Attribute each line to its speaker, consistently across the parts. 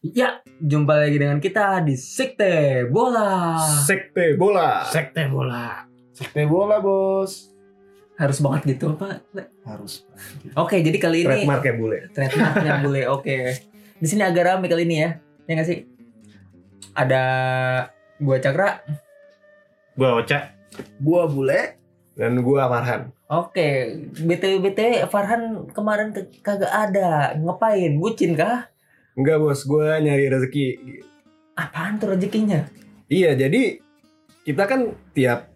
Speaker 1: Ya, jumpa lagi dengan kita di Sekte Bola.
Speaker 2: Sekte bola.
Speaker 3: Sekte bola.
Speaker 2: Sekte bola, Bos.
Speaker 1: Harus banget gitu, Pak.
Speaker 2: Harus.
Speaker 1: Oke, jadi kali ini
Speaker 2: Trademark ya bule.
Speaker 1: trademarknya boleh. Oke. Di sini agak rame kali ini ya. Ya nggak sih? Ada gua Cakra.
Speaker 3: Gua Oca.
Speaker 2: Gua bule dan gua Marhan.
Speaker 1: Oke, BTW BTW Farhan kemarin ke- kagak ada. Ngapain? Bucin kah?
Speaker 2: Enggak, Bos. Gua nyari rezeki.
Speaker 1: Apaan tuh rezekinya?
Speaker 2: Iya, jadi kita kan tiap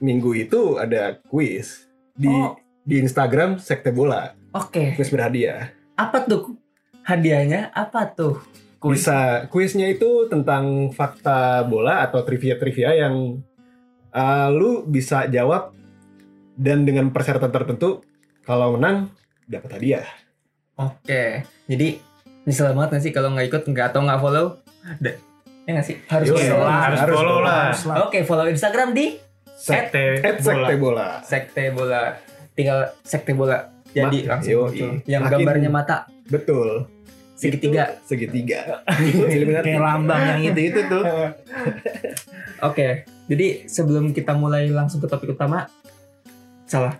Speaker 2: minggu itu ada kuis di
Speaker 1: Oh.
Speaker 2: di Instagram Sekte Bola,
Speaker 1: Oke.
Speaker 2: kuis berhadiah.
Speaker 1: Apa tuh hadiahnya? Apa tuh? Kuis.
Speaker 2: Bisa kuisnya itu tentang fakta bola atau trivia-trivia yang uh, lu bisa jawab dan dengan persyaratan tertentu kalau menang dapat hadiah.
Speaker 1: Oke. Jadi nyesel banget nggak sih kalau nggak ikut nggak atau nggak follow? Da- ya nggak sih? Harus
Speaker 2: Yoi.
Speaker 1: follow.
Speaker 2: Iya, Harus
Speaker 3: Harus follow lah.
Speaker 2: harus
Speaker 1: Oke, follow Instagram di
Speaker 3: Sekte
Speaker 2: At
Speaker 3: bola.
Speaker 2: Sekte Bola.
Speaker 1: Sekte Bola. Tinggal Sekte Bola. Jadi
Speaker 2: Ma-
Speaker 1: langsung
Speaker 2: yoi.
Speaker 1: muncul. Yang
Speaker 2: Makin- gitu.
Speaker 1: gambarnya mata
Speaker 2: Betul.
Speaker 1: segitiga.
Speaker 2: Itu Segitiga.
Speaker 3: Kayak lambang yang itu itu tuh.
Speaker 1: Oke. Jadi sebelum kita mulai langsung ke topik utama, salah.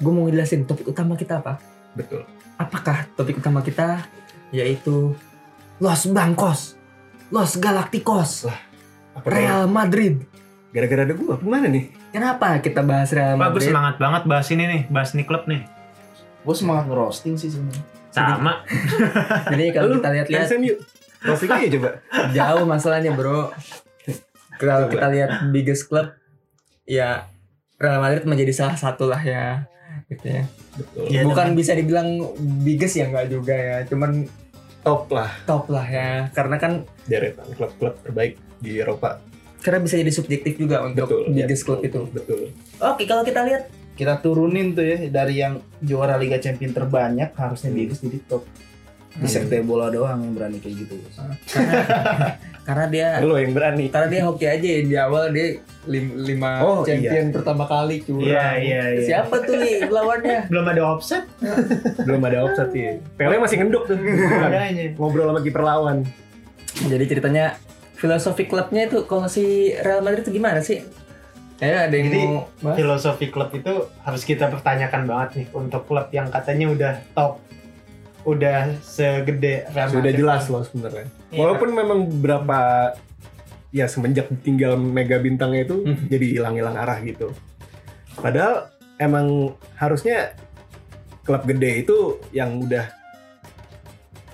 Speaker 1: Gue mau ngejelasin topik utama kita apa?
Speaker 2: Betul.
Speaker 1: Apakah topik utama kita yaitu Los Blancos, Los Galacticos,
Speaker 2: Apa
Speaker 1: Real Madrid.
Speaker 2: kalau Gara-gara ada gua gimana nih?
Speaker 1: Kenapa kita bahas Real
Speaker 3: Pak, gue
Speaker 1: Madrid?
Speaker 3: semangat banget bahas ini nih, bahas ini klub nih.
Speaker 4: gue semangat ngerosting sih sebenarnya
Speaker 3: Sama.
Speaker 1: Jadi kalau
Speaker 2: Lu
Speaker 1: kita lihat-lihat
Speaker 2: Fans MU. Pasti aja coba.
Speaker 1: jauh masalahnya bro kalau kita lihat biggest club ya Real Madrid menjadi salah satu lah ya gitu ya
Speaker 2: Betul.
Speaker 3: Ya,
Speaker 1: bukan bisa dibilang biggest ya nggak juga ya cuman
Speaker 2: Top lah
Speaker 1: top lah ya karena kan
Speaker 2: deretan klub-klub terbaik di Eropa.
Speaker 1: karena bisa jadi subjektif juga untuk
Speaker 2: Betul.
Speaker 3: iya.
Speaker 1: biggest club itu
Speaker 2: Betul.
Speaker 1: oke kalau kita lihat
Speaker 4: kita turunin tuh ya dari yang juara Liga Champion terbanyak harusnya Biggest jadi top di
Speaker 2: Hmm.
Speaker 4: sekte bola doang yang berani kayak gitu
Speaker 1: karena dia
Speaker 2: Lo yang berani.
Speaker 1: karena dia hoki aja ya, di awal dia lim- lima
Speaker 2: Oh,
Speaker 1: champion pertama kali curang
Speaker 3: Iya, iya, iya.
Speaker 1: siapa tuh Li, lawannya
Speaker 3: Belum ada offset.
Speaker 2: Belum ada offset sih. Pele masih ngenduk tuh.
Speaker 3: Adanya.
Speaker 2: Ngobrol sama kiper lawan.
Speaker 1: Jadi ceritanya filosofi klubnya itu kalau si Real Madrid itu gimana sih? Ya ada yang
Speaker 3: Jadi,
Speaker 1: mau bahas?
Speaker 3: Filosofi klub itu harus kita pertanyakan banget nih untuk klub yang katanya udah top. Udah segede Real
Speaker 2: Sudah
Speaker 3: Madrid.
Speaker 2: jelas loh sebenarnya.
Speaker 3: Iya.
Speaker 2: Walaupun memang berapa ya semenjak tinggal mega bintangnya itu
Speaker 1: Hmm.
Speaker 2: jadi hilang-hilang arah gitu. Padahal emang harusnya klub gede itu yang udah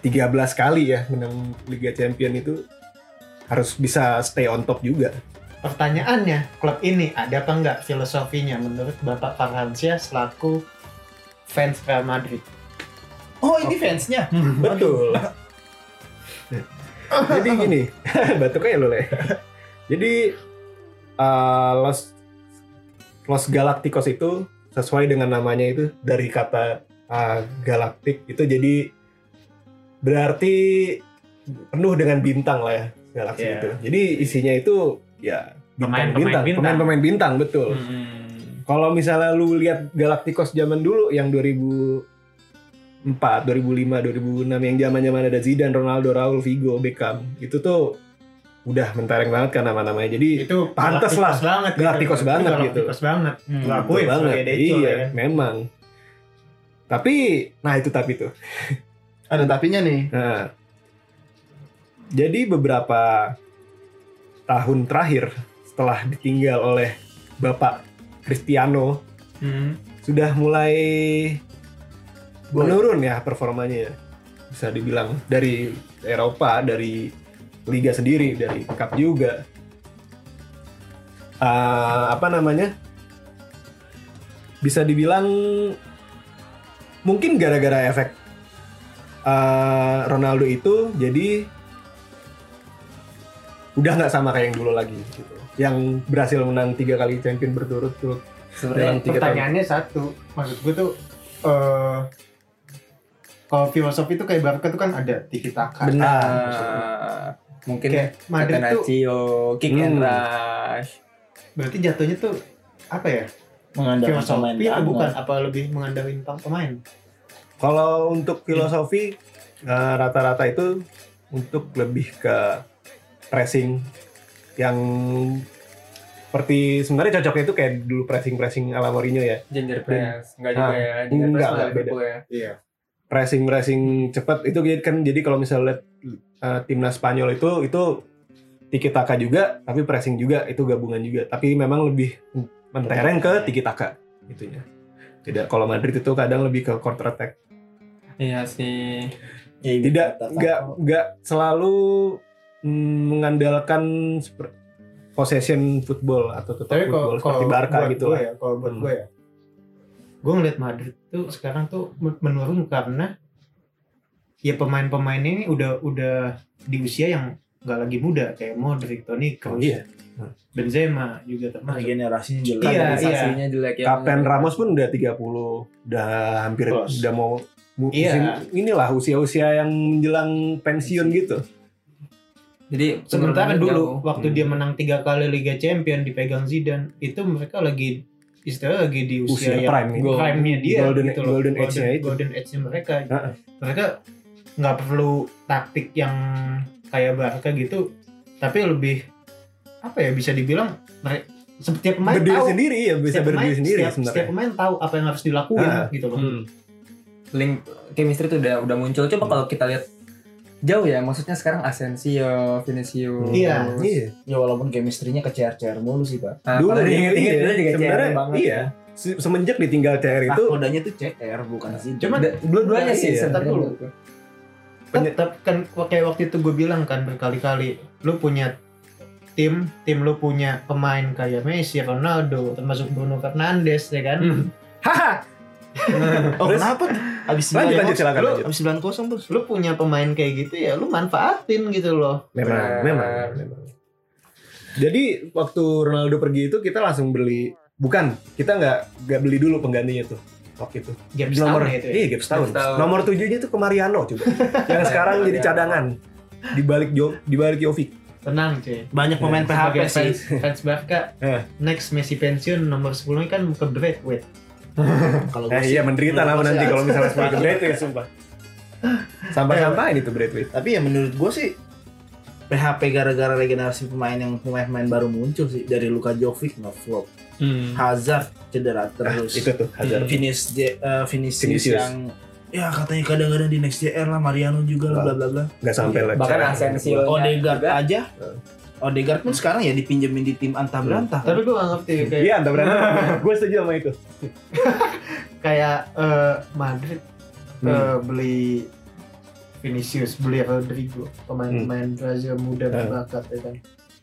Speaker 2: 13 kali ya menang Liga Champion itu harus bisa stay on top juga.
Speaker 3: Pertanyaannya, klub ini ada apa enggak filosofinya menurut Bapak Farhansyah selaku fans Real Madrid?
Speaker 4: oh ini fansnya
Speaker 2: Betul. Jadi gini, batuk aja lu, Le. Jadi uh, Los Los Galacticos itu sesuai dengan namanya itu dari kata uh, galaktik itu jadi berarti penuh dengan bintang lah ya galaksi
Speaker 3: Iya.
Speaker 2: itu. Jadi isinya itu ya
Speaker 3: Pemain-pemain
Speaker 2: bintang-bintang,
Speaker 3: bintang.
Speaker 2: pemain-pemain bintang betul.
Speaker 3: Hmm.
Speaker 2: Kalau misalnya lu lihat Galacticos zaman dulu yang 2004, 2005, 2006 yang zaman-zaman ada Zidane, Ronaldo, Raul, Figo, Beckham, itu tuh udah mentereng banget kan nama-namanya. Jadi
Speaker 3: Itu
Speaker 2: Pantes
Speaker 3: galaktikos
Speaker 2: lah.
Speaker 3: banget. gitu.
Speaker 2: Galaktikos
Speaker 3: Itu
Speaker 2: banget
Speaker 3: galaktikos banget.
Speaker 4: Hmm.
Speaker 3: Lah. Ngakuin
Speaker 2: betul banget.
Speaker 3: sebagai Deco,
Speaker 2: Iya,
Speaker 3: ya kan?
Speaker 2: memang. Tapi, nah itu tapi tuh.
Speaker 4: ada tapinya nih
Speaker 2: Nah, jadi beberapa tahun terakhir setelah ditinggal oleh Bapak Cristiano
Speaker 3: Hmm.
Speaker 2: sudah mulai
Speaker 4: Boy.
Speaker 2: menurun ya performanya bisa dibilang dari Eropa dari liga sendiri dari cup juga Eh, apa namanya bisa dibilang mungkin gara-gara efek eh, Ronaldo itu jadi udah nggak sama kayak yang dulu lagi gitu. yang berhasil menang tiga kali champion berturut-turut
Speaker 1: Sebenarnya
Speaker 2: dalam tiga tahun
Speaker 3: Pertanyaannya satu, maksud gue tuh eh kalau filosofi tuh kayak Barca tuh kan ada tiki taka.
Speaker 1: benar.
Speaker 2: Ah,
Speaker 1: mungkin
Speaker 3: Kayak Madrid tuh
Speaker 1: Catenaccio, kick and
Speaker 2: Hmm.
Speaker 1: rush.
Speaker 3: Berarti jatuhnya tuh apa ya?
Speaker 4: mengandalkan pemain
Speaker 3: Filosofi atau
Speaker 4: lama.
Speaker 3: bukan? Apa lebih mengandalkan pem- pemain?
Speaker 2: Kalau untuk filosofi eh, rata-rata itu untuk lebih ke pressing yang seperti sebenarnya cocoknya itu kayak dulu pressing-pressing ala Mourinho ya.
Speaker 1: Ginger press enggak juga
Speaker 2: Ah,
Speaker 1: ya ginger press
Speaker 2: enggak,
Speaker 1: malah
Speaker 2: enggak,
Speaker 1: Liverpool ya
Speaker 3: Iya.
Speaker 2: Pressing-pressing cepat itu jadi- kan jadi kalau misalnya lihat eh, timnas Spanyol itu itu tiki taka juga tapi pressing juga itu gabungan juga tapi memang lebih mentereng ke tiki taka itunya. Tidak kalau Madrid itu kadang lebih ke counter attack.
Speaker 1: iya sih
Speaker 4: Ya, ibu
Speaker 2: tidak
Speaker 4: kota
Speaker 2: nggak
Speaker 4: Sako.
Speaker 2: nggak selalu mm, mengandalkan seper- possession football atau tetap
Speaker 3: Tapi
Speaker 2: football
Speaker 3: kalau
Speaker 2: seperti
Speaker 3: kalau
Speaker 2: Barca
Speaker 3: buat
Speaker 2: gitu
Speaker 3: gua
Speaker 2: lah.
Speaker 3: ya, kalau buat
Speaker 2: Hmm.
Speaker 3: gue ya. Gue ngeliat Madrid tuh sekarang tuh men- menurun karena ya pemain-pemain ini udah udah di usia yang nggak lagi muda kayak Modric, Toni Kroos,
Speaker 2: Iya.
Speaker 3: Benzema juga
Speaker 4: Nah,
Speaker 3: termasuk.
Speaker 4: generasinya jelek.
Speaker 3: Iya,
Speaker 1: Kaderisasinya jelek ya
Speaker 2: Kapten Ramos pun udah 30, udah hampir
Speaker 3: Plus.
Speaker 2: udah mau mu-
Speaker 3: Iya.
Speaker 2: musim- inilah usia-usia yang menjelang pensiun
Speaker 1: Iya.
Speaker 2: gitu.
Speaker 1: jadi
Speaker 3: Sementara
Speaker 1: penurunannya
Speaker 3: dulu
Speaker 1: jauh.
Speaker 3: waktu
Speaker 2: Iya.
Speaker 3: dia menang tiga kali Liga Champion dipegang Zidane itu mereka lagi istilah lagi di
Speaker 2: Usia
Speaker 3: usia, yang
Speaker 2: prime gitu.
Speaker 3: prime-nya dia
Speaker 2: Golden-
Speaker 3: gitu loh.
Speaker 2: golden age-nya itu.
Speaker 3: golden age-nya mereka.
Speaker 2: Heeh.
Speaker 3: Mereka nggak perlu taktik yang kayak Barca gitu, tapi lebih apa ya bisa dibilang mere- setiap pemain
Speaker 2: Berdiri
Speaker 3: tahu
Speaker 2: sendiri ya bisa
Speaker 3: setiap
Speaker 2: berdiri
Speaker 3: pemain-
Speaker 2: sendiri
Speaker 3: setiap, setiap
Speaker 2: sebenarnya.
Speaker 3: pemain tahu apa yang harus dilakuin
Speaker 2: Heeh.
Speaker 3: gitu loh.
Speaker 1: Hmm. link chemistry tuh udah udah muncul coba
Speaker 2: Hmm.
Speaker 1: kalau kita lihat jauh ya maksudnya sekarang Asensio Vinicius
Speaker 3: Iya.
Speaker 2: Iya.
Speaker 4: Ya walaupun chemistry-nya kecer-cecer mulu sih, Pak.
Speaker 1: Nah,
Speaker 2: Dulu
Speaker 1: kalau diinget-inget
Speaker 2: iya,
Speaker 1: dulu juga
Speaker 2: sebenarnya
Speaker 1: CR banget ya.
Speaker 2: iya. Se- Semenjak ditinggal CR itu
Speaker 4: Nahkodanya Ah, tuh CR bukan sih.
Speaker 3: Cuman
Speaker 1: Da- dua-duanya
Speaker 2: Iya,
Speaker 1: sih
Speaker 2: iya.
Speaker 1: sebenarnya
Speaker 3: Tapi lu-
Speaker 1: menurutku.
Speaker 2: Penye-
Speaker 3: tetap kan kayak waktu itu gue bilang kan berkali-kali lu punya tim tim lu punya pemain kayak Messi, Ronaldo, termasuk Bruno Fernandes ya kan.
Speaker 1: Hmm.
Speaker 3: Haha,
Speaker 4: oh,
Speaker 2: terus-
Speaker 4: kenapa? tuh? Abis
Speaker 2: lanjut
Speaker 4: 9
Speaker 2: lanjut silakan
Speaker 3: Lu-
Speaker 2: lanjut.
Speaker 4: Abis 9 kosong terus.
Speaker 3: lu punya pemain kayak gitu ya lu manfaatin gitu loh.
Speaker 1: Benar.
Speaker 2: Memang, memang, memang. Jadi waktu Ronaldo pergi itu kita langsung beli, bukan kita nggak nggak beli dulu penggantinya tuh waktu itu.
Speaker 3: James
Speaker 2: nomor
Speaker 3: Town ya itu. Ya.
Speaker 2: iya gap setahun.
Speaker 1: Gap setahun.
Speaker 2: Nomor tujuhnya tuh ke Mariano coba, yang sekarang jadi cadangan di balik Jo di balik Jovic.
Speaker 3: Tenang cuy.
Speaker 4: Banyak pemain PHP
Speaker 3: Sebagai
Speaker 4: sih.
Speaker 3: fans, fans Barca,
Speaker 2: Eh.
Speaker 3: next Messi pensiun nomor 10 kan ke Braithwaite.
Speaker 4: Kalau
Speaker 2: Eh,
Speaker 4: gua
Speaker 2: iya
Speaker 4: sih-
Speaker 2: menderita lah
Speaker 4: menurut gua
Speaker 2: nanti
Speaker 4: sih-
Speaker 2: kalau misalnya sebagai ke Braithwaite sumpah. Sampah-sampahin itu Braithwaite.
Speaker 4: Tapi ya menurut gue sih PHP gara-gara regenerasi pemain yang pemain-pemain baru muncul sih dari Luka Jovic ngeflop, Hmm. Hazard cedera terus,
Speaker 2: Nah, Itu tuh
Speaker 3: Iya.
Speaker 2: Hazard.
Speaker 4: finish J- eh, Vinicius
Speaker 2: Vinicius.
Speaker 4: yang ya katanya kadang-kadang di next JR lah Mariano juga lah bla bla bla.
Speaker 2: nggak sampai lah.
Speaker 1: bahkan
Speaker 2: cadangan.
Speaker 1: Asensio
Speaker 4: Odegaard
Speaker 1: juga.
Speaker 4: aja. Odegaard pun sekarang ya dipinjemin di tim antah berantah.
Speaker 3: Tapi gue gak ngerti kayak
Speaker 2: Iya, antar berani. Gue setuju sama
Speaker 3: Eh,
Speaker 2: itu.
Speaker 3: kayak eh, Madrid
Speaker 2: Hmm.
Speaker 3: eh, beli Vinicius, beli Rodrigo, pemain-pemain Brazil muda
Speaker 2: Hmm.
Speaker 3: berbakat ya kan.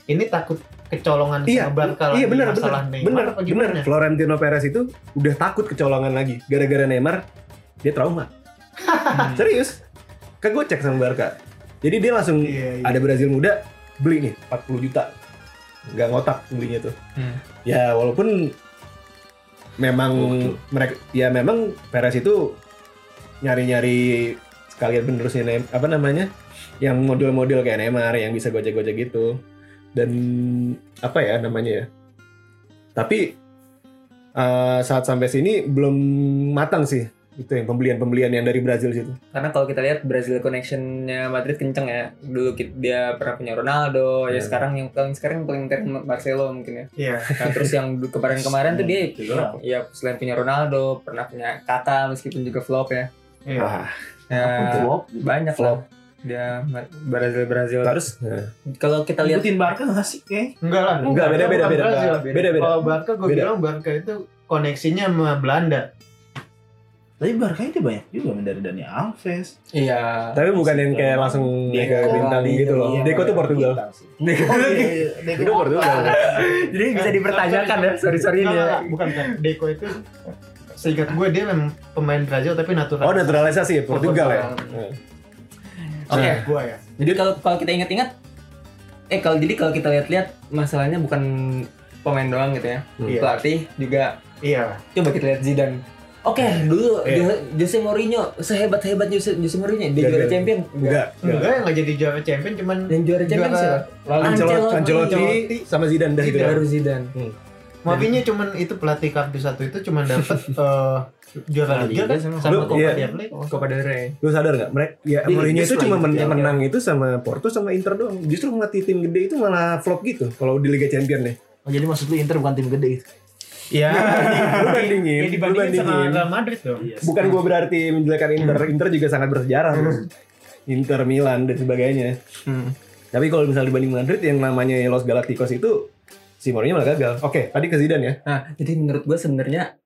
Speaker 3: Ini takut kecolongan
Speaker 2: Iya,
Speaker 3: sama Barca
Speaker 2: iya
Speaker 3: lagi
Speaker 2: benar benar
Speaker 3: masalah Neymar
Speaker 2: benar
Speaker 3: apa
Speaker 2: benar
Speaker 3: gimana?
Speaker 2: Florentino Perez itu udah takut kecolongan lagi gara-gara Neymar dia trauma
Speaker 1: Hmm.
Speaker 2: serius kan gue cek sama Barca jadi dia langsung
Speaker 3: Iya, iya.
Speaker 2: ada Brazil muda beli nih 40 juta nggak ngotak belinya tuh
Speaker 1: Hmm.
Speaker 2: ya walaupun memang mereka ya memang Perez itu nyari-nyari sekalian penerusnya Nem- apa namanya yang model-model kayak Neymar yang bisa gojek-gojek gitu dan apa ya namanya ya tapi eh, saat sampai sini belum matang sih itu yang pembelian-pembelian yang dari Brazil situ
Speaker 1: karena kalau kita lihat Brazil connectionnya Madrid kenceng ya dulu ki- dia pernah punya Ronaldo ya
Speaker 2: Hmm.
Speaker 1: sekarang yang paling sekarang yang paling ter Marcelo mungkin ya
Speaker 3: Iya.
Speaker 1: Nah, terus yang du-
Speaker 4: Hmm.
Speaker 1: kemarin-kemarin tuh dia
Speaker 4: Cedera.
Speaker 1: ya selain punya Ronaldo pernah punya Tata meskipun juga flop ya,
Speaker 3: Iya.
Speaker 2: Ah,
Speaker 1: ya
Speaker 4: Flop. gitu.
Speaker 1: banyak
Speaker 2: Flop.
Speaker 1: flop dia Brazil Brazil
Speaker 2: terus eh,
Speaker 1: kalau kita lihat
Speaker 4: Ngikutin Barca nggak sih? Kayak
Speaker 3: Enggak lah.
Speaker 2: enggak beda beda
Speaker 3: bukan
Speaker 2: beda
Speaker 3: Brazil.
Speaker 2: beda beda
Speaker 3: Kalau Barca gue
Speaker 2: Beda.
Speaker 3: bilang Barca itu koneksinya sama Belanda.
Speaker 4: tapi Barca itu banyak juga main dari Dani Alves.
Speaker 1: iya
Speaker 2: tapi bukan yang kayak langsung
Speaker 4: Deco.
Speaker 2: mega bintang gitu loh
Speaker 4: Iya,
Speaker 2: Deco tuh Portugal
Speaker 4: bintang sih.
Speaker 1: Deco-
Speaker 4: Oh, iya, iya, Deco.
Speaker 2: Deco Portugal
Speaker 1: Jadi bisa dipertanyakan ya, sorry sorry ini
Speaker 3: Enggak,
Speaker 1: ya.
Speaker 3: enggak, bukan kan. Deco itu seingat gue dia memang pemain Brazil tapi natural.
Speaker 2: oh naturalisasi ya, Portugal ya
Speaker 1: Portugal.
Speaker 2: Eh,
Speaker 1: Oke,
Speaker 3: Gue ya.
Speaker 1: jadi kalau kalau kita ingat-ingat, eh kalau jadi kalau kita lihat-lihat masalahnya bukan pemain doang gitu ya,
Speaker 2: Hmm.
Speaker 3: Iya.
Speaker 1: pelatih juga.
Speaker 3: Iya.
Speaker 1: Coba kita lihat Zidane. Oke, dulu
Speaker 2: Iya.
Speaker 1: Jo- Jose Mourinho sehebat-hebat Jose, Jose Mourinho dia
Speaker 2: Nggak,
Speaker 1: juara
Speaker 2: nggak.
Speaker 1: champion.
Speaker 2: Enggak,
Speaker 3: Enggak,
Speaker 2: enggak.
Speaker 3: yang nggak jadi juara champion cuman
Speaker 1: Yang juara champion
Speaker 3: Juara-
Speaker 1: siapa?
Speaker 2: Lalu Ancelotti,
Speaker 1: Ancelotti.
Speaker 2: Ancelotti sama Zidane dah itu. ya?
Speaker 3: Zidane.
Speaker 1: Baru Zidane.
Speaker 3: Mafinya ya, cuman itu pelatih kardus satu itu cuman dapat eh, juara liga kan
Speaker 4: sama
Speaker 3: sama
Speaker 2: Lu-
Speaker 3: Copa
Speaker 2: iya.
Speaker 3: del Rey.
Speaker 1: Oh, Copa del Rey.
Speaker 2: Lu sadar nggak? Mereka ya
Speaker 4: Di
Speaker 2: Mourinho
Speaker 4: Inggris
Speaker 2: itu
Speaker 4: lah
Speaker 2: cuma
Speaker 4: gitu,
Speaker 2: men-
Speaker 4: ya.
Speaker 2: menang itu sama Porto sama Inter doang. Justru ngelatih tim gede itu malah flop gitu kalau di Liga Champion deh.
Speaker 4: Oh, jadi maksud lu Inter bukan tim gede gitu.
Speaker 2: Iya.
Speaker 3: Ya,
Speaker 2: Lu bandingin,
Speaker 3: ya
Speaker 2: lu
Speaker 3: dibandingin Iya. sama
Speaker 2: bandingin.
Speaker 3: Real Madrid dong.
Speaker 2: Bukan gua berarti menjelekkan Inter.
Speaker 3: Hmm.
Speaker 2: Inter juga sangat bersejarah. Bro. Inter Milan dan sebagainya.
Speaker 3: Hmm.
Speaker 2: Tapi kalau misalnya dibanding Madrid yang namanya Los Galacticos itu si Mourinho malah gagal. Oke, tadi ke Zidane ya.
Speaker 1: Nah, jadi menurut gue sebenarnya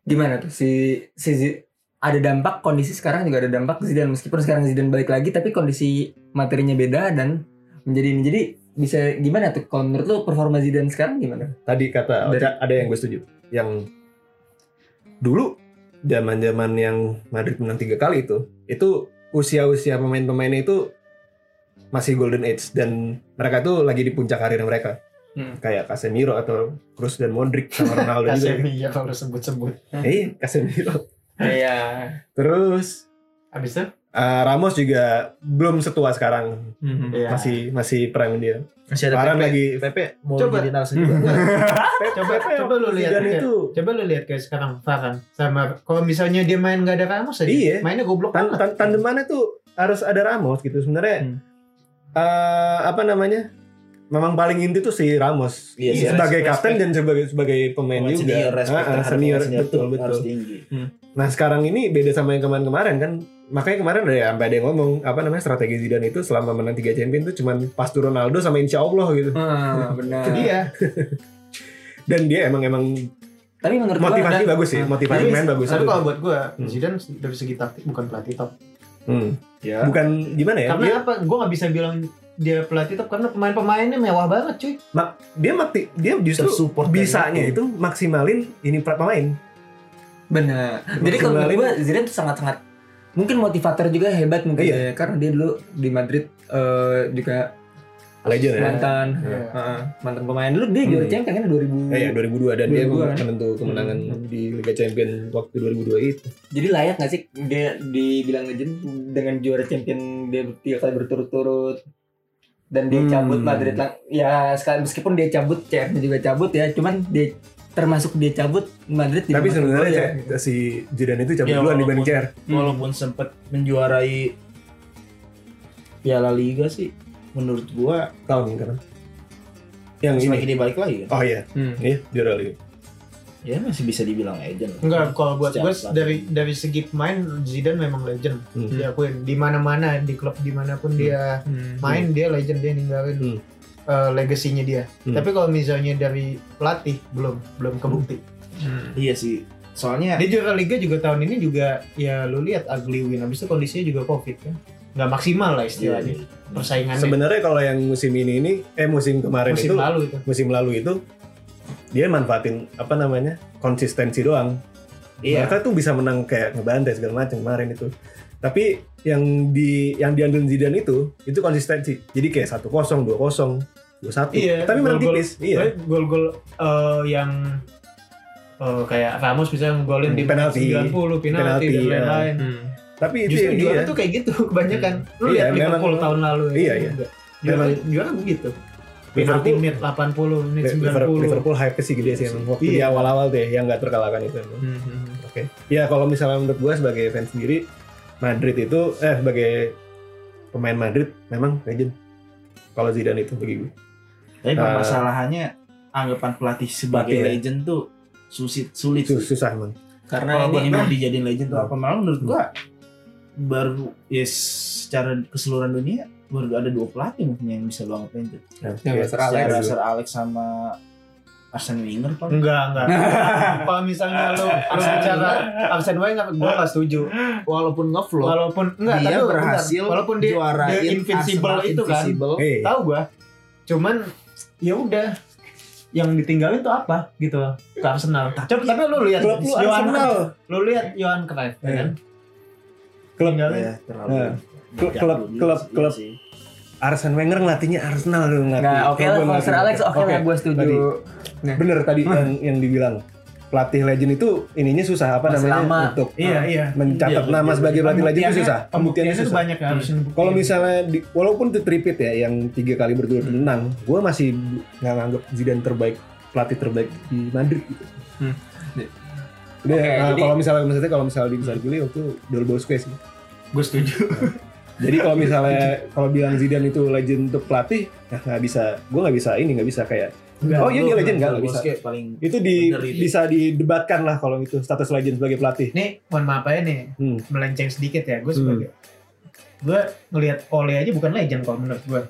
Speaker 1: gimana tuh si si Zi- ada dampak kondisi sekarang juga ada dampak ke Zidane meskipun sekarang Zidane balik lagi tapi kondisi materinya beda dan menjadi ini jadi bisa gimana tuh kalau menurut lu performa Zidane sekarang gimana?
Speaker 2: Tadi kata
Speaker 1: Dari-
Speaker 2: Oca, ada yang gue setuju. Yang dulu zaman-zaman yang Madrid menang tiga kali itu, itu usia-usia pemain-pemainnya itu masih golden age dan mereka tuh lagi di puncak karir mereka.
Speaker 3: Hmm.
Speaker 2: Kayak Casemiro atau Cruz dan Modric sama Ronaldo juga.
Speaker 3: Kasemi ya kalau sebut-sebut.
Speaker 2: Eh, Casemiro.
Speaker 3: Iya.
Speaker 2: Terus
Speaker 3: Abis itu?
Speaker 2: eh, Ramos juga belum setua sekarang,
Speaker 1: Hmm.
Speaker 3: Iya.
Speaker 2: masih masih prime dia.
Speaker 4: Masih ada
Speaker 2: Sekarang
Speaker 4: Pepe.
Speaker 2: lagi Ah,
Speaker 4: Pepe mau
Speaker 3: Coba.
Speaker 4: jadi narsum juga.
Speaker 3: coba coba lu lihat
Speaker 2: dan
Speaker 3: kayak-
Speaker 2: itu
Speaker 3: coba lu lihat kayak sekarang Farhan sama kalau misalnya dia main gak ada Ramos aja
Speaker 2: Iya.
Speaker 3: mainnya goblok
Speaker 2: tan
Speaker 3: banget
Speaker 2: tan tandemannya tuh harus ada Ramos gitu sebenarnya.
Speaker 1: Hmm.
Speaker 2: eh, apa namanya? Memang paling inti tuh si Ramos
Speaker 4: Iya, sih.
Speaker 2: sebagai
Speaker 4: Respect.
Speaker 2: kapten dan sebagai sebagai pemain
Speaker 4: Pemain
Speaker 2: juga.
Speaker 4: senior,
Speaker 2: Ah,
Speaker 4: respect
Speaker 2: ah,
Speaker 4: terhadap
Speaker 2: senior,
Speaker 4: pemain senior
Speaker 2: betul
Speaker 4: tuh
Speaker 2: betul.
Speaker 4: Harus tinggi.
Speaker 2: Nah sekarang ini beda sama yang kemarin-kemarin kan. Makanya kemarin ada sampai ada yang ngomong apa namanya strategi Zidane itu selama menang 3 champion tuh cuman pas tuh Ronaldo sama Insya Allah gitu.
Speaker 1: Ah, benar.
Speaker 3: iya
Speaker 2: Dan dia emang emang
Speaker 1: tapi menurut gua
Speaker 2: motivasi
Speaker 1: ada-
Speaker 2: bagus sih,
Speaker 1: Hmm.
Speaker 2: motivasi
Speaker 1: Tapi
Speaker 2: main bagus.
Speaker 3: tapi kalau buat gue
Speaker 2: Hmm.
Speaker 3: Zidane dari segi taktik bukan pelatih top
Speaker 2: Hmm.
Speaker 4: Ya.
Speaker 2: Bukan gimana ya?
Speaker 3: karena
Speaker 2: dia-
Speaker 3: apa gue nggak bisa bilang dia pelatih top karena pemain-pemainnya mewah banget cuy
Speaker 2: dia mati dia justru
Speaker 4: Tersupport dari
Speaker 2: bisanya itu maksimalin ini pra- pemain
Speaker 1: Benar. Jadi kalau menurut
Speaker 2: Kembali-
Speaker 1: gue Zidane tuh sangat-sangat mungkin motivator juga hebat mungkin ya
Speaker 2: Iya.
Speaker 1: karena dia dulu di Madrid eh, juga
Speaker 2: legend ya
Speaker 1: mantan
Speaker 2: Iya.
Speaker 1: heeh, mantan pemain dulu dia juara
Speaker 2: Hmm.
Speaker 1: champion kan 2000
Speaker 2: Eh, ya 2002 dan dia
Speaker 1: 2002 kan?
Speaker 2: menentu kemenangan di Liga Champion waktu 2002 itu
Speaker 1: Jadi layak gak sih dia dibilang legend dengan juara champion dia tiga kali berturut-turut dan dia
Speaker 2: Hmm.
Speaker 1: cabut Madrid lang- ya sekali meskipun dia cabut CR juga cabut ya cuman dia termasuk dia cabut Madrid
Speaker 2: tapi
Speaker 1: dimasuk
Speaker 2: sebenarnya
Speaker 1: gol ya.
Speaker 2: Cek, si Zidane itu cabut
Speaker 4: Iya, Ya,
Speaker 2: duluan dibanding CR
Speaker 4: Walaupun sempat menjuarai Piala Liga sih menurut gua
Speaker 2: tahun kan yang
Speaker 4: pas
Speaker 2: ini
Speaker 4: lagi dia balik lagi kan.
Speaker 2: oh iya
Speaker 1: Hmm.
Speaker 2: iya juara lagi
Speaker 4: Ya masih bisa dibilang legend. lah.
Speaker 2: Hmm.
Speaker 3: enggak kalau buat
Speaker 4: Secara
Speaker 3: gue
Speaker 4: pelatih.
Speaker 3: dari dari segi pemain Zidane memang legend
Speaker 2: Hmm.
Speaker 3: diakuin di mana-mana di klub dimanapun dia
Speaker 1: hmm,
Speaker 3: main dia legend dia ninggalin
Speaker 2: Hmm.
Speaker 3: eh, legasinya dia
Speaker 2: Hmm.
Speaker 3: tapi kalau misalnya dari pelatih belum belum kebukti
Speaker 1: hmm,
Speaker 2: Hmm.
Speaker 4: Iya sih. Soalnya
Speaker 3: Dia juara liga juga tahun ini juga ya lu lihat ugly win habis itu kondisinya juga covid kan. Nggak maksimal lah istilahnya
Speaker 2: Iya,
Speaker 3: persaingannya
Speaker 2: sebenarnya kalau yang musim ini ini eh musim kemarin
Speaker 3: musim
Speaker 2: itu
Speaker 3: lalu itu.
Speaker 2: musim lalu itu dia manfaatin apa namanya konsistensi doang
Speaker 4: Iya.
Speaker 2: mereka tuh bisa menang kayak ngebantai segala macam kemarin itu tapi yang di yang diandelin Zidane itu itu konsistensi jadi kayak satu kosong dua kosong dua satu
Speaker 3: Iya,
Speaker 2: tapi menang
Speaker 3: gol-gol-
Speaker 2: tipis iya
Speaker 3: Baik, Gol-gol eh, yang eh, kayak Ramos bisa ngegolin
Speaker 2: Hmm,
Speaker 3: di
Speaker 2: penalti.
Speaker 3: 90 penalti,
Speaker 2: Penalti,
Speaker 3: dan
Speaker 2: iya.
Speaker 3: lain-lain.
Speaker 1: hmm,
Speaker 2: tapi itu ya, iya.
Speaker 3: Justru
Speaker 2: yang
Speaker 3: juara
Speaker 2: dia
Speaker 3: tuh kayak gitu kebanyakan. Lu
Speaker 2: Iya,
Speaker 3: lihat
Speaker 2: memang-
Speaker 3: Liverpool tahun lalu ya.
Speaker 2: Iya, iya.
Speaker 3: juga. Juara,
Speaker 2: Memang-
Speaker 3: juara begitu. Penalti
Speaker 2: Liverpool,
Speaker 3: menit 80, menit
Speaker 2: Liverpool,
Speaker 3: 90.
Speaker 2: Liverpool hype sih gede sih emang. waktu di
Speaker 3: Iya.
Speaker 2: awal-awal deh yang nggak terkalahkan itu emang.
Speaker 1: hmm,
Speaker 2: Oke. Ya kalau misalnya menurut gue sebagai fans sendiri Madrid itu eh sebagai pemain Madrid memang legend. Kalau Zidane itu bagi gue.
Speaker 4: Tapi
Speaker 2: Nah.
Speaker 4: permasalahannya anggapan pelatih sebagai
Speaker 2: Iya.
Speaker 4: legend tuh susit sulit.
Speaker 2: Sus- susah emang.
Speaker 1: karena
Speaker 4: Kalau
Speaker 2: Nah,
Speaker 4: buat
Speaker 1: ini
Speaker 4: emang dijadiin legend tuh apa malah menurut gua baru yes secara keseluruhan dunia baru ada dua pelatih mungkin yang bisa lu anggap legend.
Speaker 2: Nah,
Speaker 1: Ya,
Speaker 2: ya,
Speaker 1: Sir Alex.
Speaker 4: Secara
Speaker 2: secara-
Speaker 4: Sir Alex sama Arsene Wenger
Speaker 2: Hmm.
Speaker 4: paling.
Speaker 3: Enggak, enggak. Kalau misalnya lu lu bicara absen Wenger gua nggak setuju.
Speaker 4: Walaupun ngeflop
Speaker 3: Walaupun enggak
Speaker 4: dia
Speaker 3: tapi
Speaker 4: berhasil
Speaker 3: benar. walaupun dia
Speaker 4: juarain
Speaker 3: dia invincible
Speaker 4: Arsenal
Speaker 3: itu kan.
Speaker 4: invincible.
Speaker 2: Eh,
Speaker 3: tahu gua cuman ya udah yang ditinggalin tuh apa gitu loh ke Arsenal tapi, tapi lu lihat
Speaker 2: klub lu Arsenal.
Speaker 3: lu lihat Johan Cruyff
Speaker 4: Iya.
Speaker 3: ya kan
Speaker 2: Klub
Speaker 3: tinggalin
Speaker 4: Ya, terlalu.
Speaker 2: Nah. Klub- klub- klub- klub. Arsene Wenger ngelatihnya Arsenal dulu ngelatih.
Speaker 1: Nah, oke lah
Speaker 2: Kalau gua
Speaker 1: kalau
Speaker 2: ngelatih.
Speaker 1: Sir Alex oke lah gue setuju.
Speaker 2: Tadi. Bener tadi yang yang dibilang pelatih legend itu ininya susah apa
Speaker 1: Masih
Speaker 2: namanya
Speaker 1: lama.
Speaker 2: untuk
Speaker 3: iya iya
Speaker 2: mencatat
Speaker 4: Ah. Iya,
Speaker 2: nama
Speaker 4: iya,
Speaker 2: sebagai pelatih legend itu susah.
Speaker 3: pembuktiannya itu
Speaker 2: susah. Hmm.
Speaker 3: banyak ya, yang harus dibuktiin.
Speaker 2: Kalau misalnya di- walaupun itu tripit ya yang tiga kali berturut
Speaker 3: Hmm.
Speaker 2: menang, gue masih nggak nganggap Zidane terbaik pelatih terbaik di Madrid gitu.
Speaker 1: Hmm.
Speaker 3: Iya.
Speaker 2: Udah,
Speaker 1: Oke,
Speaker 2: nah,
Speaker 1: jadi-
Speaker 2: kalau misalnya maksudnya kalau misalnya bisa dipilih waktu Del Bosque sih.
Speaker 3: gue setuju
Speaker 2: Jadi kalau misalnya kalau bilang Zidane itu legend untuk pelatih, nah nggak bisa, gue nggak bisa ini nggak bisa kayak Oh, iya, dia legend, nggak? Nggak bisa.
Speaker 4: Bosquet paling
Speaker 2: itu di
Speaker 3: iya.
Speaker 4: Bener ini.
Speaker 2: bisa didebatkan lah kalau itu status legend sebagai pelatih.
Speaker 3: nih mohon maaf aja nih
Speaker 2: Hmm.
Speaker 3: melenceng sedikit ya gue sebagai gue ngelihat Ole aja bukan legend kalau menurut gue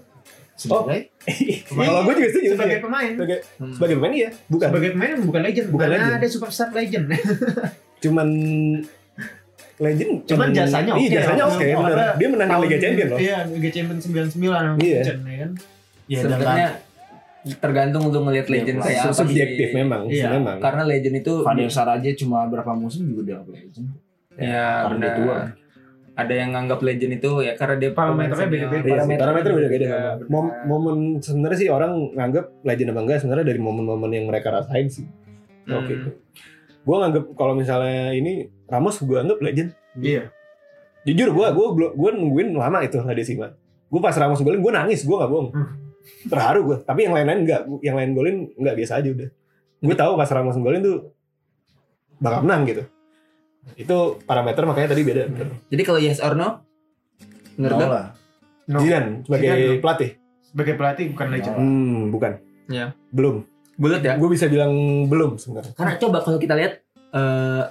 Speaker 4: sebagai
Speaker 3: Pemain.
Speaker 2: Kalau gue Iya, juga setuju
Speaker 3: sebagai
Speaker 2: sebagai
Speaker 3: pemain
Speaker 2: sebagai,
Speaker 1: Hmm.
Speaker 2: sebagai pemain iya, bukan.
Speaker 3: sebagai pemain bukan legend
Speaker 2: Bukan
Speaker 3: bukan
Speaker 2: legend.
Speaker 3: ada superstar legend
Speaker 2: cuman legend
Speaker 3: Cuman jasanya
Speaker 2: iya
Speaker 3: oke.
Speaker 2: jasanya oke
Speaker 3: Apa-
Speaker 2: bener. dia menang
Speaker 3: Tahun-
Speaker 2: Liga Champion loh
Speaker 3: iya Liga Champion 99 sama
Speaker 2: Iya.
Speaker 3: Kitchen, ya kan
Speaker 4: ya
Speaker 1: sebenarnya tergantung untuk ngelihat
Speaker 4: Iya,
Speaker 1: legend kayak apa sih.
Speaker 2: Nah, subjektif memang
Speaker 3: Iya.
Speaker 2: memang
Speaker 1: Karena legend itu
Speaker 4: Fadil Sar aja cuma berapa musim juga udah legend
Speaker 1: ya
Speaker 4: Karena dia tua.
Speaker 1: benar. Ada yang nganggap legend itu ya karena dia
Speaker 3: Parameternya
Speaker 1: pemain
Speaker 3: beda-beda.
Speaker 1: senior.
Speaker 2: Iya sih, parameter beda beda
Speaker 1: Iya,
Speaker 2: memang. Mom-
Speaker 1: benar.
Speaker 2: momen sebenarnya sih orang nganggap legend apa enggak sebenarnya dari momen-momen yang mereka rasain sih
Speaker 1: Hmm.
Speaker 2: oke gue nganggap kalau misalnya ini Ramos gue anggap legend
Speaker 3: iya
Speaker 2: jujur gue gue gue nungguin lama itu Hadesima gue pas Ramos golin gue nangis gue nggak bohong
Speaker 3: Hmm.
Speaker 2: terharu gue tapi yang lain-lain enggak yang lain golin enggak biasa aja udah gue tahu pas Ramos golin tuh bakal menang gitu itu parameter makanya tadi beda bener.
Speaker 1: Jadi kalau yes or no menurut
Speaker 4: Nol
Speaker 1: lo?
Speaker 4: lah.
Speaker 3: No.
Speaker 2: Zidane sebagai
Speaker 3: Zidane, no.
Speaker 2: pelatih
Speaker 3: sebagai pelatih bukan legend
Speaker 2: hmm bukan
Speaker 1: Iya.
Speaker 2: belum
Speaker 1: bulat ya.
Speaker 2: gue bisa bilang belum sebenarnya
Speaker 1: Karena coba kalau kita lihat eh,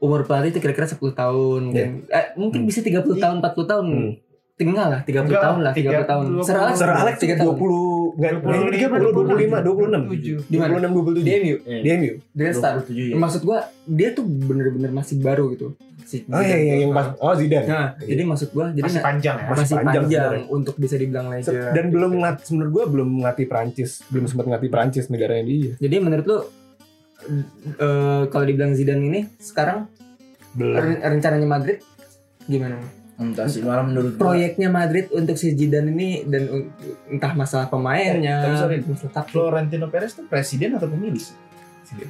Speaker 1: umur pelatih itu kira-kira 10 tahun mungkin. Eh, mungkin
Speaker 2: Hmm.
Speaker 1: bisa 30 tahun 40 tahun.
Speaker 2: Hmm.
Speaker 1: Tengah lah 30
Speaker 3: Enggak,
Speaker 1: tahun lah 30 tahun.
Speaker 3: 30,
Speaker 1: Sir Alex
Speaker 2: Sir Alex
Speaker 1: tiga
Speaker 2: dua puluh enggak puluh dua puluh lima dua puluh enam
Speaker 1: Di
Speaker 2: dua
Speaker 1: mana?
Speaker 2: puluh enam dua puluh
Speaker 1: Di
Speaker 2: tujuh
Speaker 1: MU,
Speaker 2: di MU
Speaker 1: Dia start.
Speaker 2: Iya.
Speaker 4: 27 ya.
Speaker 1: Maksud gua dia tuh bener-bener masih baru gitu. Si
Speaker 2: oh iya iya yang pas oh Zidane
Speaker 1: Nah,
Speaker 2: Iya.
Speaker 1: jadi maksud gua jadi
Speaker 3: masih
Speaker 1: na-
Speaker 3: panjang ya
Speaker 1: masih, panjang,
Speaker 2: sebenarnya.
Speaker 1: untuk bisa dibilang
Speaker 2: Se-
Speaker 1: legend. Gitu.
Speaker 2: dan belum ngat, menurut gue belum ngelatih Prancis, belum sempat ngelatih Prancis negaranya dia.
Speaker 1: Jadi menurut lu eh, kalau dibilang Zidane ini sekarang
Speaker 2: Belum.
Speaker 1: ren- rencananya Madrid gimana?
Speaker 4: Entah sih malah menurut gua-
Speaker 1: Proyeknya Madrid untuk si Zidane ini dan un- entah masalah pemainnya.
Speaker 4: Eh, tapi sorry.
Speaker 1: masalah taktik.
Speaker 4: Florentino Perez tuh presiden atau pemilih sih?
Speaker 2: Presiden.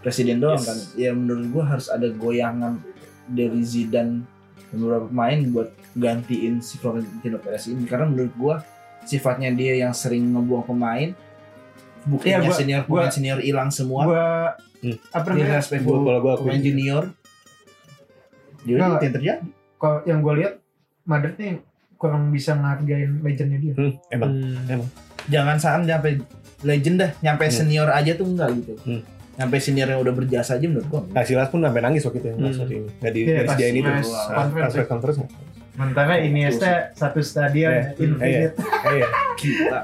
Speaker 4: Presiden doang
Speaker 2: Yes.
Speaker 4: kan. Ya menurut gua harus ada goyangan dari Zidane dan beberapa pemain buat gantiin si Florentino Perez ini karena menurut gua sifatnya dia yang sering ngebuang pemain
Speaker 3: Iya,
Speaker 4: buktinya
Speaker 3: gua-
Speaker 4: senior pemain
Speaker 3: gua-
Speaker 4: senior hilang semua
Speaker 3: gua
Speaker 2: Hmm.
Speaker 3: apa
Speaker 4: dia
Speaker 3: namanya
Speaker 4: respect
Speaker 2: Gua- kalau gua
Speaker 4: pemain
Speaker 2: akui.
Speaker 4: junior dia
Speaker 3: Nggak,
Speaker 4: yang terjadi
Speaker 3: kalau yang gue lihat Madrid nih kurang bisa ngehargain legendnya dia
Speaker 2: Hmm, emang.
Speaker 1: Hmm.
Speaker 4: jangan saat nyampe legend dah nyampe
Speaker 2: Hmm.
Speaker 4: senior aja tuh enggak gitu
Speaker 2: Hmm.
Speaker 4: nyampe senior yang udah berjasa aja menurut gua
Speaker 2: Nah, Silas pun sampai nangis waktu itu yang pas
Speaker 1: Hmm.
Speaker 2: waktu ini. Nggak di
Speaker 3: Iya,
Speaker 2: nggak
Speaker 3: pas
Speaker 2: disediain itu.
Speaker 3: press
Speaker 2: Nah,
Speaker 3: conference.
Speaker 2: Pas press conference nggak.
Speaker 3: sementara Iniesta satu stadion
Speaker 2: Iya.
Speaker 3: infinite
Speaker 2: Eh, iya.
Speaker 4: gila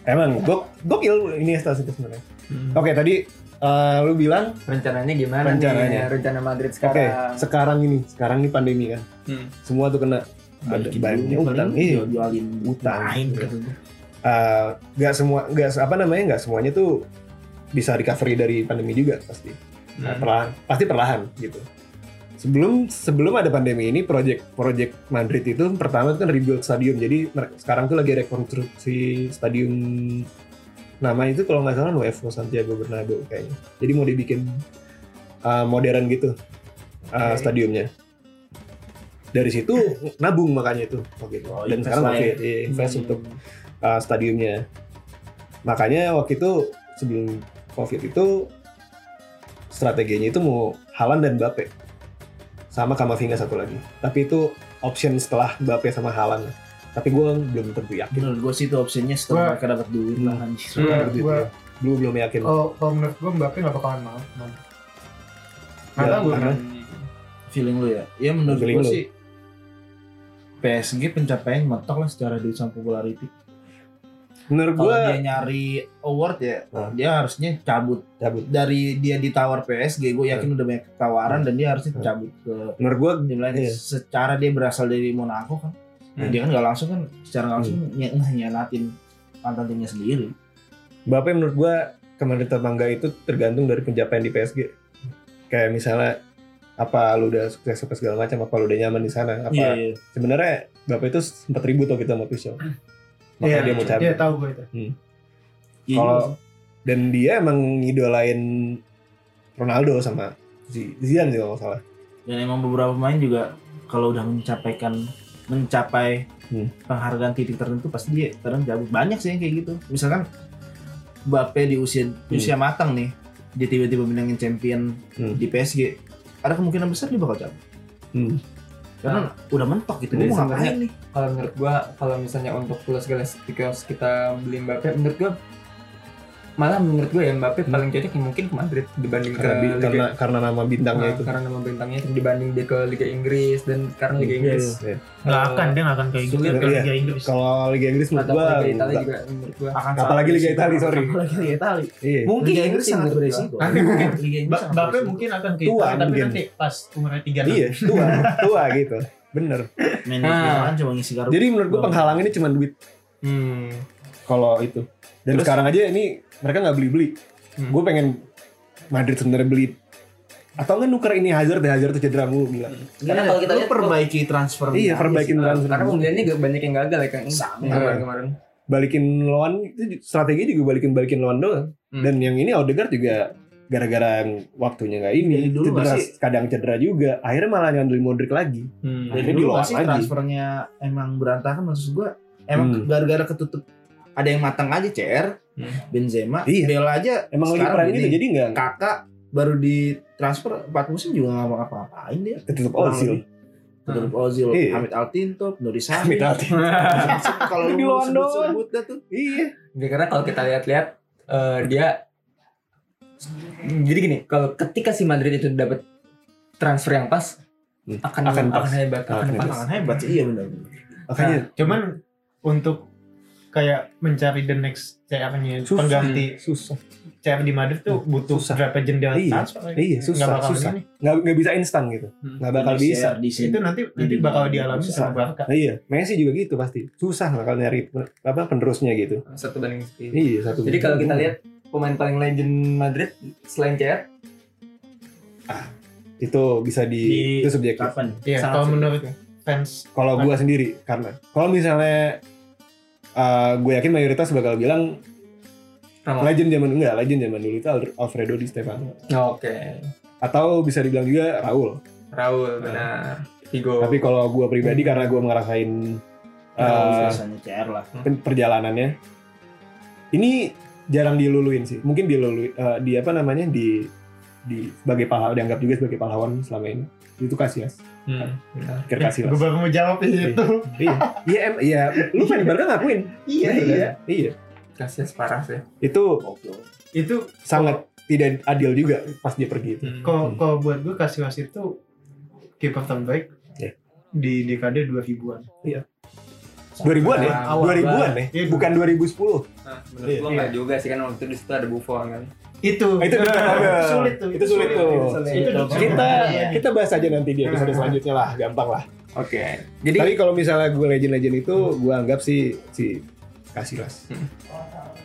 Speaker 2: Emang gok gokil ini stas itu sebenarnya. Oke, tadi eh, lu bilang
Speaker 1: Rencananya gimana nih?
Speaker 2: Rencananya.
Speaker 1: Rencana Madrid
Speaker 2: oke,
Speaker 1: sekarang.
Speaker 2: sekarang ini, sekarang ini pandemi kan.
Speaker 1: Hmm.
Speaker 2: Semua tuh kena ada
Speaker 4: Balikin
Speaker 2: baliknya
Speaker 4: dulu,
Speaker 2: utang.
Speaker 4: paling
Speaker 2: Iya.
Speaker 4: jualin gitu.
Speaker 2: Utang.
Speaker 4: main kata gua.
Speaker 2: Eh, nggak semua nggak apa namanya nggak semuanya tuh bisa recovery dari pandemi juga pasti. Nah,
Speaker 4: Hmm.
Speaker 2: perlahan, pasti perlahan gitu. Sebelum sebelum ada pandemi ini, project project Madrid itu pertama itu kan rebuild stadium. Jadi mer- sekarang tuh lagi rekonstruksi stadium nama itu kalau nggak salah Nuevo Santiago Bernabeu kayaknya. Jadi mau dibikin uh, modern gitu uh,
Speaker 3: Oke.
Speaker 2: stadiumnya. Dari situ nabung makanya itu waktu itu.
Speaker 4: Oh,
Speaker 2: Dan
Speaker 4: invest
Speaker 2: sekarang
Speaker 4: lah
Speaker 2: oke
Speaker 4: ya.
Speaker 2: iya, invest untuk uh, stadiumnya. Makanya waktu itu sebelum COVID itu strateginya itu mau Halan dan Bape sama Kamavinga satu lagi. Tapi itu option setelah Bape sama Halan. Tapi gue belum tentu yakin.
Speaker 4: Menurut gue sih itu opsinya setelah mereka dapat duit lah anjir.
Speaker 1: Hmm.
Speaker 2: Gitu ya.
Speaker 3: Gua-
Speaker 2: Belum belum yakin.
Speaker 4: Oh,
Speaker 3: kalau kalau menurut gue Mbappe nggak bakalan mau mau. nggak
Speaker 2: Ya,
Speaker 3: tahu gue
Speaker 2: karena-
Speaker 4: Feeling lu ya? Ya menurut
Speaker 2: Feeling
Speaker 4: gue
Speaker 2: lu.
Speaker 4: sih PSG pencapaian mentok lah secara duit sama popularity.
Speaker 2: Menurut
Speaker 4: Kalau
Speaker 2: gue
Speaker 4: dia nyari award ya,
Speaker 2: Hmm.
Speaker 4: dia harusnya cabut
Speaker 2: cabut.
Speaker 4: dari dia ditawar PSG. Gue yakin udah banyak tawaran dan dia harusnya
Speaker 2: Hmm.
Speaker 4: cabut ke
Speaker 2: Menurut gue
Speaker 4: tim lain.
Speaker 2: Iya.
Speaker 4: Secara dia berasal dari Monaco kan,
Speaker 1: Hmm.
Speaker 4: dia kan nggak langsung kan secara nggak langsung
Speaker 2: Hmm.
Speaker 4: ny- nyianatin mantan timnya sendiri.
Speaker 2: Bape menurut gue kemarin terbangga itu tergantung dari pencapaian di PSG. Kayak misalnya apa lu udah sukses apa segala macam, apa lu udah nyaman di sana, apa
Speaker 4: iya.
Speaker 2: sebenarnya bapak itu sempat ribut tuh kita sama Tuchel makanya
Speaker 3: Iya,
Speaker 2: dia mau cabut
Speaker 3: dia tahu gue itu
Speaker 4: Iya,
Speaker 2: Kalau- dan dia emang ngidolain Ronaldo sama Z- Zidane sih kalau nggak salah.
Speaker 4: dan emang beberapa pemain juga kalau udah mencapaikan mencapai
Speaker 2: Hmm.
Speaker 4: penghargaan titik tertentu pasti dia kadang cabut banyak sih yang kayak gitu misalkan Mbappe di usia di usia matang nih dia tiba-tiba menangin champion
Speaker 2: Hmm.
Speaker 4: di PSG ada kemungkinan besar dia bakal cabut
Speaker 2: Hmm.
Speaker 4: karena udah mentok gitu
Speaker 1: Jadi
Speaker 4: dia mau
Speaker 1: sebenarnya-
Speaker 4: ngapain nih
Speaker 1: kalau menurut gua kalau misalnya untuk Los Galacticos kita beli Mbappe menurut gua malah menurut gua ya Mbappe paling cocok ya mungkin ke Madrid dibanding
Speaker 2: Karena,
Speaker 1: ke
Speaker 2: bi-
Speaker 1: Liga-
Speaker 2: karena karena nama bintangnya
Speaker 1: Nah,
Speaker 2: itu.
Speaker 1: karena nama bintangnya itu dibanding dia ke Liga Inggris dan sekarang Liga Inggris
Speaker 2: Iya.
Speaker 3: Nggak
Speaker 1: eh,
Speaker 3: akan, dia nggak akan kayak gitu.
Speaker 1: sulit,
Speaker 3: Dia
Speaker 2: iya.
Speaker 3: Liga Inggris.
Speaker 2: Kalau Liga Inggris menurut
Speaker 1: atau
Speaker 2: gua
Speaker 1: Liga Italia
Speaker 2: enggak.
Speaker 1: juga menurut gua
Speaker 4: akan
Speaker 3: gitu.
Speaker 2: Apalagi
Speaker 4: salah
Speaker 2: Liga
Speaker 4: sih.
Speaker 2: Italia, sorry.
Speaker 4: apalagi Liga Italia
Speaker 2: Iya.
Speaker 4: mungkin
Speaker 1: Liga
Speaker 4: Liga
Speaker 1: Inggris
Speaker 4: Inggris
Speaker 1: sangat
Speaker 4: sangat
Speaker 1: beresiko.
Speaker 4: beresiko Liga Inggris
Speaker 3: Ba-
Speaker 4: sangat
Speaker 3: Bape
Speaker 4: beresiko.
Speaker 3: mungkin akan kayak
Speaker 2: Tua
Speaker 3: gitu, tapi
Speaker 2: mungkin.
Speaker 3: nanti pas umurnya 36
Speaker 2: Iya, tua, tua gitu. Bener.
Speaker 4: main
Speaker 1: Ah.
Speaker 4: di kan cuma ngisi garpu
Speaker 2: Jadi menurut gua penghalang ini cuma duit
Speaker 1: hmm.
Speaker 2: kalau itu. Dan
Speaker 4: Terus-
Speaker 2: sekarang aja ini mereka nggak beli-beli.
Speaker 1: Hmm.
Speaker 2: Gue pengen Madrid sebenarnya beli atau nggak nuker ini Hazard deh Hazard tuh cedera mulu gila.
Speaker 4: karena Iya, kalau kita
Speaker 5: Lu
Speaker 4: perbaiki transfer
Speaker 2: Iya, perbaikin transfer.
Speaker 1: karena pembeliannya juga banyak yang gagal ya kan
Speaker 4: Sama.
Speaker 1: kemarin
Speaker 2: balikin lawan itu strategi juga balikin balikin lawan doang
Speaker 1: Hmm.
Speaker 2: dan yang ini Odegaard juga gara-gara waktunya nggak ini
Speaker 4: Dari dulu
Speaker 2: cedera
Speaker 4: masih-
Speaker 2: kadang cedera juga akhirnya malah nyandelin Modric lagi
Speaker 1: hmm.
Speaker 4: dari
Speaker 2: Akhirnya
Speaker 4: dulu
Speaker 2: dilawan
Speaker 4: pasti
Speaker 2: lagi.
Speaker 4: transfernya emang berantakan maksud gua emang
Speaker 2: Hmm.
Speaker 4: gara-gara ketutup ada yang matang aja CR
Speaker 1: Hmm.
Speaker 4: Benzema
Speaker 2: Iya.
Speaker 4: Bella aja
Speaker 2: emang lagi
Speaker 4: sekarang
Speaker 2: prime
Speaker 4: gini.
Speaker 2: gitu jadi nggak
Speaker 4: kakak baru di transfer 4 musim juga nggak ngapa-ngapain dia
Speaker 3: Hmm.
Speaker 2: ketutup
Speaker 4: Kurang
Speaker 2: Ozil
Speaker 4: lebih. Tutup Ozil
Speaker 2: Iya.
Speaker 4: Hamid Altinto Nurisani
Speaker 2: Amit hati
Speaker 4: kalau lu
Speaker 2: Di lawan
Speaker 4: sebut-sebut dah tuh
Speaker 2: iya
Speaker 1: Ya, karena kalau kita lihat-lihat eh, dia jadi gini kalau ketika si Madrid itu dapat transfer yang pas
Speaker 2: Hmm.
Speaker 1: akan
Speaker 2: Akan
Speaker 1: akan,
Speaker 2: pas.
Speaker 1: hebat akan,
Speaker 2: Akan
Speaker 1: pas
Speaker 4: pasangan hebat sih iya benar
Speaker 2: makanya
Speaker 3: Cuman untuk kayak mencari the next CR-nya
Speaker 2: Susah.
Speaker 3: pengganti
Speaker 2: susah
Speaker 3: CR di Madrid tuh butuh
Speaker 2: Susah.
Speaker 3: berapa jendela
Speaker 2: Iya.
Speaker 3: transfer.
Speaker 2: Iya,
Speaker 3: Nggak
Speaker 2: susah,
Speaker 3: bakalan gitu.
Speaker 2: susah.
Speaker 3: ini.
Speaker 2: nggak nggak bisa instan gitu
Speaker 1: Hmm.
Speaker 2: nggak bakal
Speaker 4: Iya,
Speaker 2: bisa
Speaker 4: di sini
Speaker 3: Itu nanti nanti
Speaker 4: Jadi,
Speaker 3: bakal dialami
Speaker 4: susah.
Speaker 3: sama Barca.
Speaker 2: Nah, iya Messi juga gitu pasti susah bakal nyari apa penerusnya gitu
Speaker 1: satu banding sekian
Speaker 2: iya satu
Speaker 1: Jadi kalau kita lihat pemain paling legend Madrid selain CR
Speaker 2: itu bisa di,
Speaker 4: Di-
Speaker 2: itu subjektif
Speaker 4: kapan
Speaker 3: Iya,
Speaker 1: sangat
Speaker 3: kalau
Speaker 1: sulit.
Speaker 3: menurut fans
Speaker 2: kalau gua sendiri karena kalau misalnya eh gue yakin mayoritas bakal bilang
Speaker 1: Ramos.
Speaker 2: legend zaman enggak legend zaman dulu itu Al- Alfredo Di Stefano
Speaker 1: Oke,
Speaker 2: atau bisa dibilang juga Raul
Speaker 3: Oh.
Speaker 1: Raul benar. Figo.
Speaker 2: tapi kalau gua pribadi karena gua ngerasain eh,
Speaker 4: biasanya CR lah
Speaker 2: pen- perjalanannya ini jarang diluluin sih mungkin diluluin eh, di apa namanya di di sebagai pahlawan dianggap juga sebagai pahlawan selama ini itu Casillas
Speaker 1: Hmm, benar.
Speaker 2: Kirkasilas
Speaker 3: gue Eh, baru mau jawab itu.
Speaker 2: iya iya em, iya lu main Barca ngakuin
Speaker 3: Iya,
Speaker 2: iya iya
Speaker 1: Kasih parah sih.
Speaker 2: itu
Speaker 4: oke
Speaker 3: Itu
Speaker 2: sangat tidak adil juga pas dia
Speaker 1: Hmm.
Speaker 2: pergi itu.
Speaker 3: kalau kalau buat gue kasih wasit tuh kiper terbaik
Speaker 2: Iya.
Speaker 3: di dekade 2000-an.
Speaker 2: 2000-an ya?
Speaker 1: Awal
Speaker 2: 2000-an ya?
Speaker 3: Iya,
Speaker 2: Bukan 2010.
Speaker 1: Nah, menurut gua
Speaker 3: Iya.
Speaker 1: nggak juga sih kan waktu di situ ada Buffon kan.
Speaker 3: Itu
Speaker 2: Ah, itu kita cover.
Speaker 3: sulit tuh.
Speaker 2: Itu sulit tuh.
Speaker 3: Itu
Speaker 1: Itu-
Speaker 3: sulit.
Speaker 2: Kita
Speaker 3: Iya.
Speaker 2: kita bahas aja nanti di episode selanjutnya lah, gampang lah.
Speaker 1: Oke. Jadi
Speaker 2: Tapi kalau misalnya gue legend-legend itu, gue anggap si si Casillas.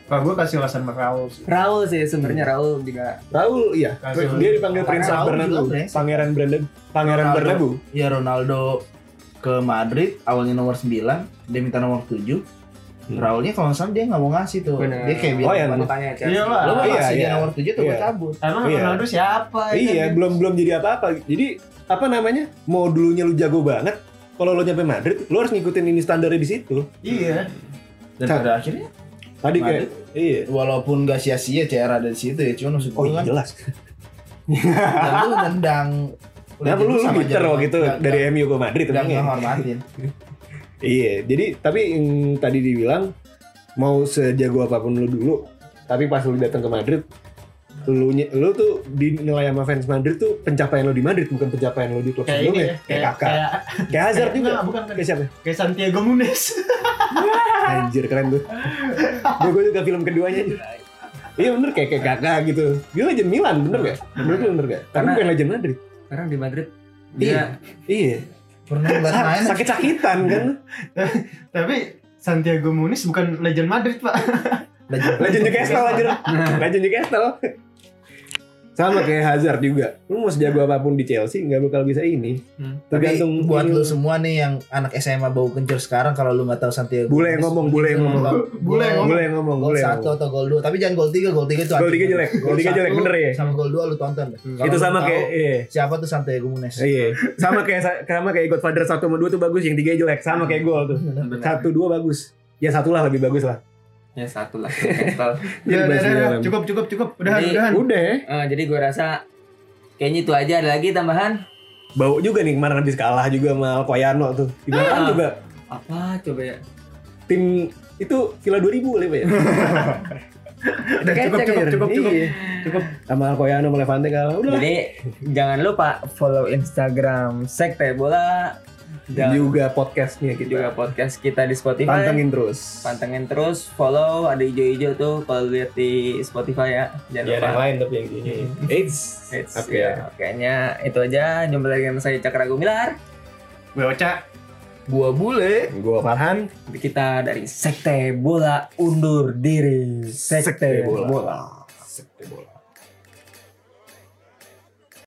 Speaker 3: Kalau gue kasih wasan sama Raul sih.
Speaker 1: Raul sih sebenarnya
Speaker 2: Hmm.
Speaker 1: Raul juga
Speaker 2: Raul iya,
Speaker 3: Casillas.
Speaker 2: dia dipanggil Prince of
Speaker 4: Raul
Speaker 2: Bernabeu,
Speaker 4: juga, Prince.
Speaker 2: Pangeran Brandon, Pangeran
Speaker 4: Ronaldo.
Speaker 2: Bernabeu.
Speaker 4: ya Ronaldo ke Madrid awalnya nomor 9 dia minta nomor 7
Speaker 2: Hmm.
Speaker 4: Raulnya kalau nggak salah dia nggak mau ngasih tuh
Speaker 1: Bener.
Speaker 4: dia kayak bilang
Speaker 2: Oh, iya,
Speaker 4: "Mana-
Speaker 1: makanya Chelsea.
Speaker 3: Iya lah.
Speaker 4: lo mau
Speaker 2: Iya,
Speaker 4: ngasih dia
Speaker 2: iya.
Speaker 4: nomor 7 tuh gue
Speaker 2: Iya.
Speaker 4: cabut
Speaker 3: Emang
Speaker 2: Iya.
Speaker 3: Ronaldo siapa?
Speaker 2: Iya,
Speaker 3: Kan?
Speaker 2: belum belum jadi apa-apa. Jadi apa namanya? Mau dulunya lu jago banget, kalau lu nyampe Madrid, lu harus ngikutin ini standarnya di situ.
Speaker 3: Iya.
Speaker 4: dan
Speaker 2: Cak.
Speaker 4: pada akhirnya
Speaker 2: Tadi kayak iya.
Speaker 4: walaupun gak sia-sia CR ada di situ ya cuman maksud
Speaker 2: Oh,
Speaker 4: gue kan
Speaker 2: jelas.
Speaker 4: dan lu nendang
Speaker 2: Kenapa Nah, lu lu
Speaker 4: sama
Speaker 2: bitter
Speaker 4: aja
Speaker 2: waktu itu
Speaker 4: nggak-
Speaker 2: dari MU ke Madrid
Speaker 4: nggak
Speaker 2: emangnya?
Speaker 4: ngehormatin
Speaker 2: Iya, jadi tapi yang tadi dibilang mau sejago apapun lu dulu, tapi pas lu datang ke Madrid, lu ny- lu tuh dinilai sama fans Madrid tuh pencapaian lu di Madrid bukan pencapaian lu di klub
Speaker 3: Kayak ini
Speaker 2: sebelumnya.
Speaker 3: ya.
Speaker 2: kayak
Speaker 3: Kayak
Speaker 2: kakak,
Speaker 3: kayak
Speaker 2: kayak Hazard juga.
Speaker 3: Enggak, bukan kan.
Speaker 2: Kayak siapa?
Speaker 3: Kayak Santiago Munes.
Speaker 2: Anjir keren tuh. Gue gue juga film keduanya. aja. Iya bener kayak kayak kakak gitu. Dia legend Milan bener gak? Menurut lu bener gak? Tapi
Speaker 1: Karena-
Speaker 2: bukan legend Madrid.
Speaker 1: Sekarang di Madrid dia
Speaker 2: Iya.
Speaker 4: pernah ngeliat main
Speaker 2: Sa- Sakit-sakitan kan.
Speaker 4: Iya.
Speaker 3: Tapi Santiago Munes bukan legend Madrid, Pak.
Speaker 2: Legend Newcastle anjir. Legend Newcastle. Sama kayak Hazard juga. Lu mau sejago apapun di Chelsea nggak bakal bisa ini.
Speaker 3: Hmm.
Speaker 6: Tapi
Speaker 2: Tergantung
Speaker 6: buat lu
Speaker 2: lu
Speaker 6: semua nih yang anak SMA bau kencur sekarang kalau lu nggak tahu Santiago.
Speaker 2: Bule yang ngomong, bule yang ngomong.
Speaker 6: Bule yang
Speaker 2: Boleh ngomong,
Speaker 6: Gol
Speaker 2: boleh.
Speaker 6: satu atau gol dua, tapi jangan gol tiga, gol tiga itu
Speaker 2: Gol
Speaker 6: anjing.
Speaker 2: tiga jelek, gol tiga
Speaker 6: satu
Speaker 2: jelek bener ya.
Speaker 6: Sama gol dua lu tonton. Kalau
Speaker 2: Itu
Speaker 6: lu
Speaker 2: sama
Speaker 6: tahu
Speaker 2: kayak iya.
Speaker 6: siapa tuh Santiago Munes.
Speaker 2: Iya. Sama kayak sama kayak Godfather 1 sama 2 tuh bagus, yang 3 jelek. Sama kayak gol tuh.
Speaker 3: Benar.
Speaker 2: 1 2 bagus. Ya satulah lebih bagus lah.
Speaker 1: Ya satu lah. mental.
Speaker 2: Jadi
Speaker 3: Ya, udah,
Speaker 2: bahas Iya, di
Speaker 3: udah, udah.
Speaker 2: dalam.
Speaker 3: cukup cukup cukup udah
Speaker 1: Jadi-
Speaker 3: udahan
Speaker 2: Udah ya.
Speaker 1: Eh, jadi gue rasa kayaknya itu aja ada lagi tambahan.
Speaker 2: Bau juga nih kemarin habis kalah juga sama Alkoyano tuh. Gimana kan
Speaker 1: Ah.
Speaker 2: juga
Speaker 1: Apa coba ya?
Speaker 2: tim itu Villa 2000 kali Pak ya.
Speaker 3: Udah, cukup
Speaker 2: Kecek,
Speaker 3: cukup
Speaker 2: ya.
Speaker 3: cukup cukup
Speaker 2: Iya.
Speaker 3: cukup
Speaker 2: Sama Alkoyano sama Levante kalah. Udah.
Speaker 1: Jadi jangan lupa follow Instagram Sekte Bola dan
Speaker 2: Juga podcastnya kita.
Speaker 1: juga podcast kita di Spotify.
Speaker 2: Pantengin terus.
Speaker 1: gitu. Pantengin terus, follow ada hijau-hijau tuh kalau lihat di Spotify ya. Jangan
Speaker 2: Ya,
Speaker 1: lupa.
Speaker 2: yang lain tapi yang ini. Eits.
Speaker 1: It's-
Speaker 2: Oke.
Speaker 1: ya, kayaknya itu aja. Jumpa lagi sama saya Cakra Gumilar.
Speaker 3: gue Oca
Speaker 6: Gua bule.
Speaker 2: Gua Farhan.
Speaker 1: Kita dari Sekte Bola undur diri. Sekte,
Speaker 2: Sekte Bola.
Speaker 1: bola.
Speaker 2: Sekte bola.